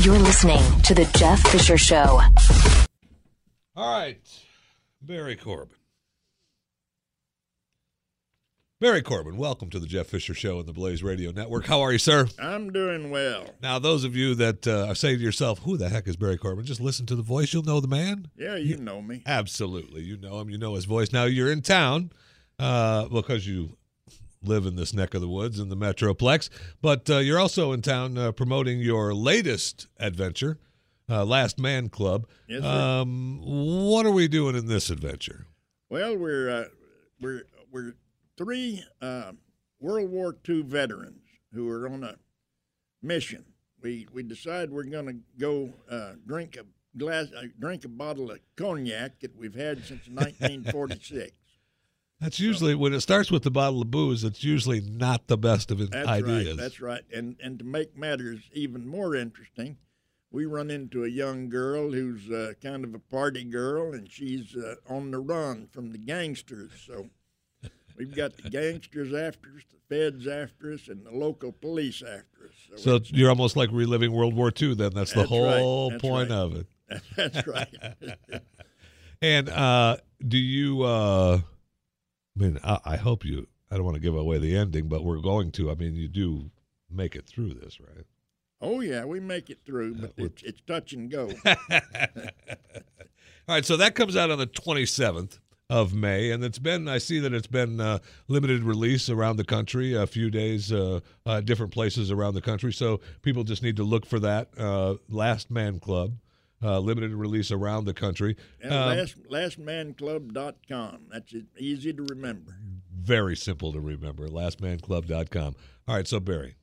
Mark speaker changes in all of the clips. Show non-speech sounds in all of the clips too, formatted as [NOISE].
Speaker 1: You're listening to The Jeff Fisher Show.
Speaker 2: All right, Barry Corbin. Barry Corbin, welcome to the Jeff Fisher Show and the Blaze Radio Network. How are you, sir?
Speaker 3: I'm doing well.
Speaker 2: Now, those of you that uh, are saying to yourself, "Who the heck is Barry Corbin?" Just listen to the voice; you'll know the man.
Speaker 3: Yeah, you know me.
Speaker 2: Absolutely, you know him. You know his voice. Now you're in town uh, because you live in this neck of the woods in the metroplex, but uh, you're also in town uh, promoting your latest adventure, uh, Last Man Club.
Speaker 3: Yes, sir.
Speaker 2: um, what are we doing in this adventure?
Speaker 3: Well, we're uh, we're we're three uh, World War II veterans who are on a mission. We we decide we're going to go uh, drink a glass, uh, drink a bottle of cognac that we've had since 1946.
Speaker 2: That's usually when it starts with the bottle of booze. It's usually not the best of
Speaker 3: That's
Speaker 2: ideas.
Speaker 3: right. That's right. And and to make matters even more interesting, we run into a young girl who's uh, kind of a party girl, and she's uh, on the run from the gangsters. So we've got the gangsters after us, the feds after us, and the local police after us.
Speaker 2: So you're almost like reliving World War II. Then that's the
Speaker 3: That's right.
Speaker 2: whole
Speaker 3: That's
Speaker 2: point
Speaker 3: right.
Speaker 2: of it.
Speaker 3: [LAUGHS] that's right.
Speaker 2: And uh, do you? Uh, I mean, I, I hope you. I don't want to give away the ending, but we're going to. I mean, you do make it through this, right?
Speaker 3: oh yeah, we make it through, but it's, it's touch
Speaker 2: [LAUGHS]
Speaker 3: and go.
Speaker 2: All right. So that comes out on the 27th of May, and it's been. I see that it's been uh, limited release around the country, a few days, uh, uh, different places around the country. So people just need to look for that. Uh, Last Man Club, uh, limited release around the country.
Speaker 3: And
Speaker 2: Um,
Speaker 3: last lastmanclub.com. That's it, easy to remember.
Speaker 2: very simple to remember. Lastmanclub.com. All right, so Barry,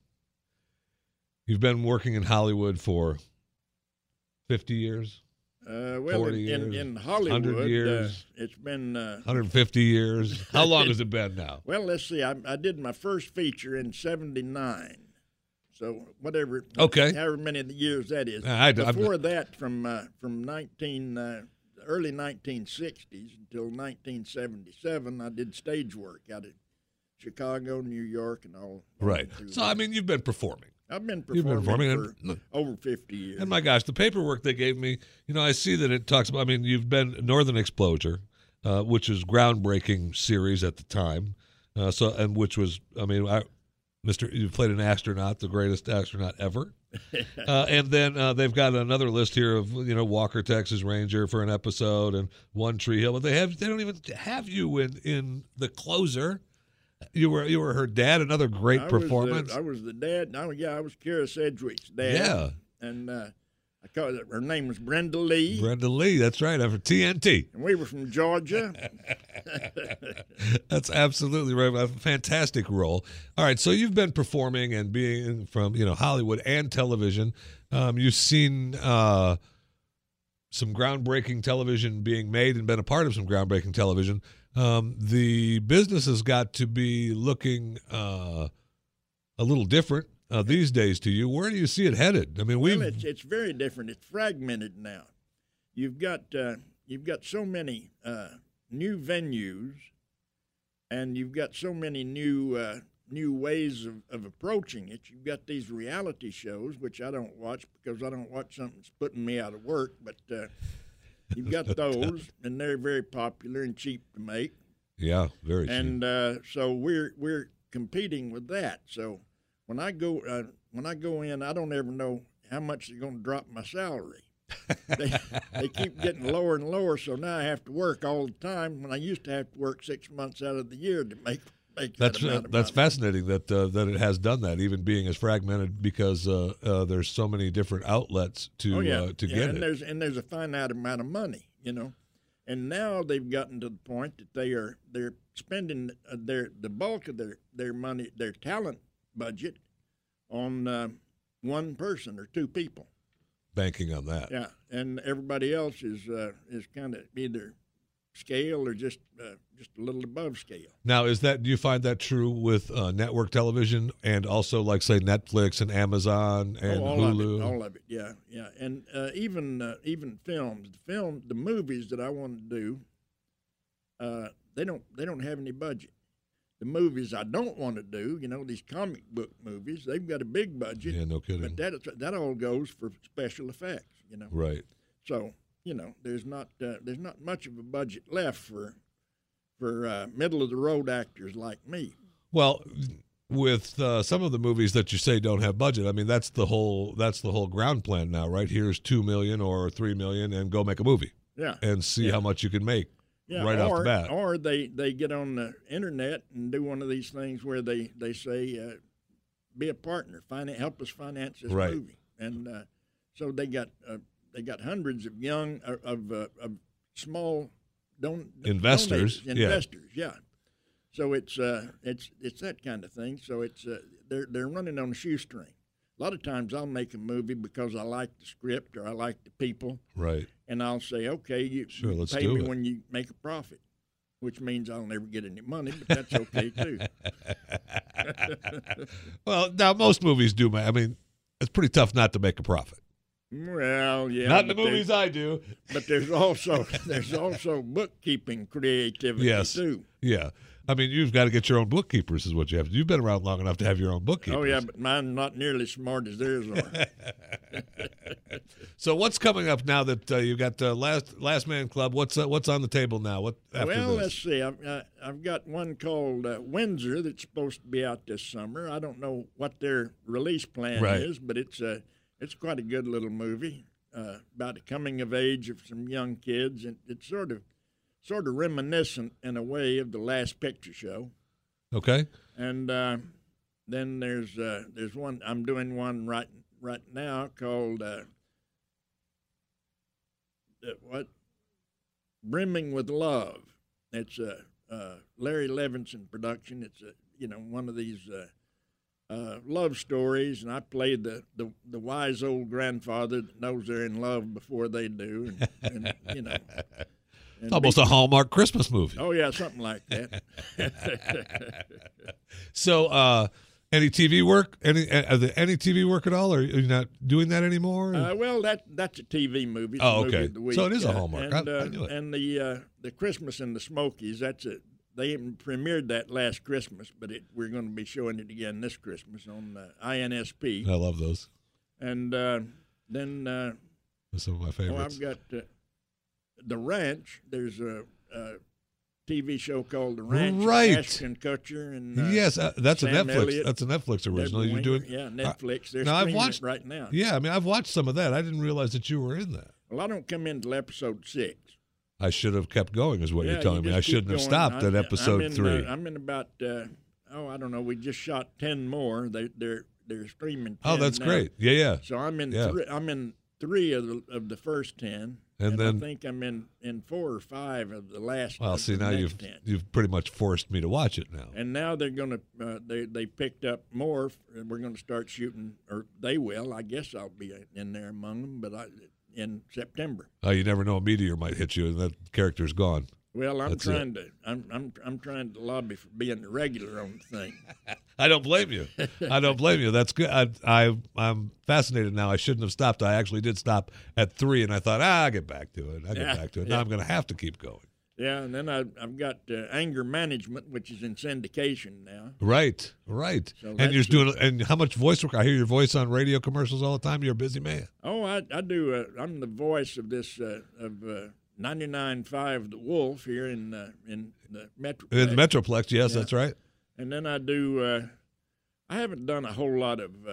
Speaker 2: you've been working in Hollywood for 50 years,
Speaker 3: Uh, well, in,
Speaker 2: 40
Speaker 3: in,
Speaker 2: years,
Speaker 3: in
Speaker 2: 100
Speaker 3: Hollywood, uh,
Speaker 2: years.
Speaker 3: it's been uh,
Speaker 2: 150 years. How long has it been now?
Speaker 3: well. Let's see. I, I did my first feature in '79, so whatever.
Speaker 2: Okay.
Speaker 3: However many of the years that is.
Speaker 2: I- I- I'm-
Speaker 3: Before that, from uh, from 19 uh, early 1960s until 1977, I did stage work out at Chicago, New York, and all. all
Speaker 2: Right.
Speaker 3: through
Speaker 2: So I
Speaker 3: that.
Speaker 2: mean, you've been performing.
Speaker 3: I've been
Speaker 2: You've
Speaker 3: performing,
Speaker 2: been performing,
Speaker 3: for
Speaker 2: and,
Speaker 3: over 50 years.
Speaker 2: and my gosh, the paperwork they gave me. You know, I see that it talks about. I mean, you've been Northern Exposure, uh, which was groundbreaking series at the time. Uh, so and which was, I mean, I, Mr. You played an astronaut, the greatest astronaut ever.
Speaker 3: [LAUGHS]
Speaker 2: uh, and then uh, they've got another list here of you know Walker Texas Ranger for an episode and One Tree Hill, but they have they don't even have you in in the closer. You were you were her dad, another great
Speaker 3: I Was
Speaker 2: performance.
Speaker 3: the, I was the dad. and I, was- yeah, I was Kara Sedgwick's dad.
Speaker 2: Yeah.
Speaker 3: And uh, I called her, her name was Brenda Lee.
Speaker 2: Brenda Lee, that's right, after TNT.
Speaker 3: and we were from Georgia.
Speaker 2: [LAUGHS] That's absolutely right. A fantastic role. All right, so you've been performing and being from you know Hollywood and television. Um, you've seen uh, some groundbreaking television being made and been a part of some groundbreaking television. Um, the business has got to be looking uh, a little different uh, these days to you. Where do you see it headed? I mean, we
Speaker 3: well, it's, it's very different. It's fragmented now. You've got uh, you've got so many uh, new venues, and you've got so many new uh, new ways of, of approaching it. You've got these reality shows, which I don't watch because I don't watch something that's putting me out of work. But uh, you've got those, and they're very popular and cheap to make
Speaker 2: yeah, very soon.
Speaker 3: and uh, so we're we're competing with that. So when I go uh, when I go in, I don't ever know how much they're going to drop my salary.
Speaker 2: [LAUGHS]
Speaker 3: they, they keep getting lower and lower, so now I have to work all the time when I used to have to work six months out of the year to make make
Speaker 2: That's
Speaker 3: that
Speaker 2: uh,
Speaker 3: amount of
Speaker 2: that's
Speaker 3: money.
Speaker 2: fascinating that uh, that it has done that, even being as fragmented, because uh, uh, there's so many different outlets to
Speaker 3: Oh yeah,
Speaker 2: uh, to
Speaker 3: yeah,
Speaker 2: get
Speaker 3: and
Speaker 2: it.
Speaker 3: there's and there's a finite amount of money, you know, and now they've gotten to the point that they are they're spending uh, their the bulk of their their money their talent budget on uh, one person or two people.
Speaker 2: banking on that.
Speaker 3: Yeah, and everybody else is uh, is kind of either scale or just uh, just a little above scale.
Speaker 2: Now, is that do you find that true with uh, network television and also like say Netflix and Amazon and
Speaker 3: oh, all
Speaker 2: Hulu?
Speaker 3: Of it, all of it, yeah, yeah, and uh, even uh, even films, the film, the movies that I want to do, uh, they don't they don't have any budget. The the movies I don't want to do, you know, these comic book movies, they've got a big budget.
Speaker 2: Yeah, no
Speaker 3: But
Speaker 2: kidding.
Speaker 3: that, is- that all goes for special effects, you know.
Speaker 2: Right.
Speaker 3: So you know, there's not uh, there's not much of a budget left for for uh, middle of the road actors like me.
Speaker 2: Well, with uh, some of the movies that you say don't have budget, I mean that's the whole that's the whole ground plan now, right? Here's two million or three million, and go make a movie
Speaker 3: Yeah,
Speaker 2: and see
Speaker 3: Yeah.
Speaker 2: how much you can make.
Speaker 3: yeah.
Speaker 2: right
Speaker 3: or,
Speaker 2: off the bat.
Speaker 3: or they they get on the internet and do one of these things where they they say, uh, be a partner, finance, help us finance this
Speaker 2: Right.
Speaker 3: movie, and uh, so they got uh, they got hundreds of young uh, of uh, of small don-
Speaker 2: Investors,
Speaker 3: donators,
Speaker 2: yeah.
Speaker 3: investors, yeah. So it's uh, it's it's that kind of thing. So it's uh, they're they're running on a shoestring. A lot of times I'll make a movie because I like the script or I like the people,
Speaker 2: Right.
Speaker 3: and I'll say, okay, you,
Speaker 2: Sure,
Speaker 3: you
Speaker 2: let's
Speaker 3: pay
Speaker 2: do
Speaker 3: me
Speaker 2: it.
Speaker 3: when you make a profit, which means I'll never get any money, but that's
Speaker 2: [LAUGHS]
Speaker 3: okay too.
Speaker 2: Well, now most movies do. ma- I mean, it's pretty tough not to make a profit.
Speaker 3: Well, yeah,
Speaker 2: not in the
Speaker 3: but there-
Speaker 2: movies I do.
Speaker 3: [LAUGHS] but there's also there's also bookkeeping creativity
Speaker 2: Yes.
Speaker 3: too.
Speaker 2: Yeah. I mean, you've got to get your own bookkeepers, is what you have. You've been around long enough to have your own bookkeepers.
Speaker 3: Oh yeah, but mine not nearly as smart as theirs are.
Speaker 2: So what's coming up now that uh, you got uh, last Last Man Club? What's uh, what's on the table now? What after
Speaker 3: well,
Speaker 2: this?
Speaker 3: let's see. I've, uh, I've got one called uh, Windsor that's supposed to be out this summer. I don't know what their release plan
Speaker 2: Right.
Speaker 3: is, but it's uh, it's quite a good little movie uh, about the coming of age of some young kids, and it's sort of sort of reminiscent in a way of the Last Picture Show.
Speaker 2: Okay.
Speaker 3: And uh, then there's uh, there's one I'm doing one right right now called uh, uh, what brimming with love. It's a uh, Larry Levinson production. It's a you know one of these uh, uh, love stories, and I played the, the the wise old grandfather that knows they're in love before they do, and, and you know.
Speaker 2: [LAUGHS] It's almost a Hallmark Christmas movie.
Speaker 3: Oh yeah, something like that. [LAUGHS]
Speaker 2: So, uh, any TV work? Any uh, are there any TV work at all? Or are you not doing that anymore?
Speaker 3: Uh, well, that that's a TV movie. It's
Speaker 2: Hmm. Oh,
Speaker 3: a movie
Speaker 2: okay.
Speaker 3: of the week.
Speaker 2: So it is a
Speaker 3: Uh,
Speaker 2: Hallmark. I-
Speaker 3: And, uh,
Speaker 2: I knew it.
Speaker 3: and the uh, the Christmas in the Smokies. That's a they even premiered that last Christmas, but it, we're going to be showing it again this Christmas on uh, INSP.
Speaker 2: I love those.
Speaker 3: And uh, then uh,
Speaker 2: They're some of my
Speaker 3: oh,
Speaker 2: favorites.
Speaker 3: I've got uh, the Ranch. There's a, a TV show called The Ranch. with
Speaker 2: Right.
Speaker 3: Ashton Kutcher and uh,
Speaker 2: yes, uh, that's a
Speaker 3: Sam
Speaker 2: Netflix.
Speaker 3: Elliott,
Speaker 2: That's a Netflix
Speaker 3: Deborah
Speaker 2: original. You're
Speaker 3: Winger.
Speaker 2: doing.
Speaker 3: yeah Netflix. They're
Speaker 2: now, I've
Speaker 3: streaming it
Speaker 2: watched-
Speaker 3: right now.
Speaker 2: Yeah, I mean, I've watched some of that. I didn't realize that you were in that.
Speaker 3: Well, I don't come in till episode six.
Speaker 2: I should have kept going, is what
Speaker 3: Yeah,
Speaker 2: you're telling me.
Speaker 3: just
Speaker 2: I
Speaker 3: keep
Speaker 2: shouldn't have
Speaker 3: going.
Speaker 2: stopped
Speaker 3: I'm-
Speaker 2: at
Speaker 3: I'm in,
Speaker 2: episode
Speaker 3: uh,
Speaker 2: three.
Speaker 3: I'm in about uh, oh, I don't know. We just shot ten more. They, they're they're streaming. 10
Speaker 2: oh, that's
Speaker 3: now.
Speaker 2: great. Yeah, yeah.
Speaker 3: uh, So I'm in
Speaker 2: Yeah.
Speaker 3: three, I'm in three of the of the first ten,
Speaker 2: And then-
Speaker 3: I think I'm in in four or five of the last.
Speaker 2: Well,
Speaker 3: of
Speaker 2: see,
Speaker 3: the
Speaker 2: now
Speaker 3: next
Speaker 2: you've
Speaker 3: 10.
Speaker 2: you've pretty much forced me to watch it now.
Speaker 3: And now they're gonna uh, they they picked up more, and we're gonna start shooting, or they will. I guess I'll be in there among them, but I in September.
Speaker 2: Uh, you never know, a meteor might hit you, and that character's gone.
Speaker 3: Well, I'm
Speaker 2: That's it.
Speaker 3: trying to I'm, I'm I'm trying to lobby for being a regular on the thing.
Speaker 2: I don't blame you. I don't blame you. That's good. I, I I'm fascinated now. I shouldn't have stopped. I actually did stop at three, and I thought, ah, I'll get back to it. I'll get
Speaker 3: Yeah,
Speaker 2: back to it. Now
Speaker 3: yeah.
Speaker 2: I'm going to have to keep going.
Speaker 3: Yeah, and then I, I've got uh, anger management, which is in syndication now.
Speaker 2: Right, right.
Speaker 3: So
Speaker 2: and you're doing.
Speaker 3: that's-
Speaker 2: And how much voice work? I hear your voice on radio commercials all the time. You're a busy man.
Speaker 3: Oh, I, I do. Uh, I'm the voice of this uh, of uh, 99.5 The Wolf here in uh, in the metro.
Speaker 2: In the Metroplex, yes,
Speaker 3: Yeah.
Speaker 2: that's right.
Speaker 3: and then I do. Uh, I haven't done a whole lot of uh,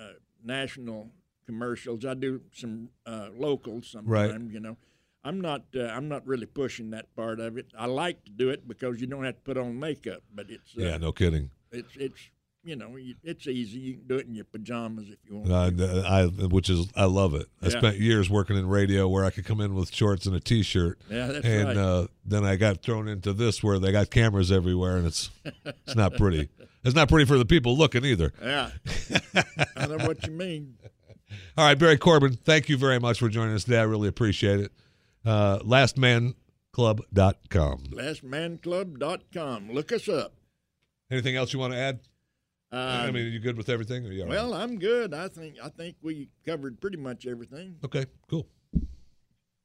Speaker 3: uh, national commercials. I do some uh, locals sometimes.
Speaker 2: Right.
Speaker 3: You know, I'm not. Uh, I'm not really pushing that part of it. I like to do it because you don't have to put on makeup, but it's uh,
Speaker 2: Yeah, no kidding.
Speaker 3: It's it's you know you- it's easy. You can do it in your pajamas if you want.
Speaker 2: I, Uh, I which is I love it. I
Speaker 3: Yeah.
Speaker 2: spent years working in radio where I could come in with shorts and a t-shirt,
Speaker 3: yeah, that's
Speaker 2: and
Speaker 3: right.
Speaker 2: uh, then I got thrown into this where they got cameras everywhere, and it's it's not
Speaker 3: [LAUGHS]
Speaker 2: pretty. It's not pretty for the people looking either.
Speaker 3: yeah,
Speaker 2: [LAUGHS]
Speaker 3: I know what you mean.
Speaker 2: All right, Barry Corbin, thank you very much for joining us today. I really appreciate it. Uh, LastManClub.com.
Speaker 3: LastManClub.com. Look us up.
Speaker 2: Anything else you want to add?
Speaker 3: Um,
Speaker 2: I mean, are you good with everything? Are you all right?
Speaker 3: well, I'm good. I think I think we covered pretty much everything.
Speaker 2: okay, cool.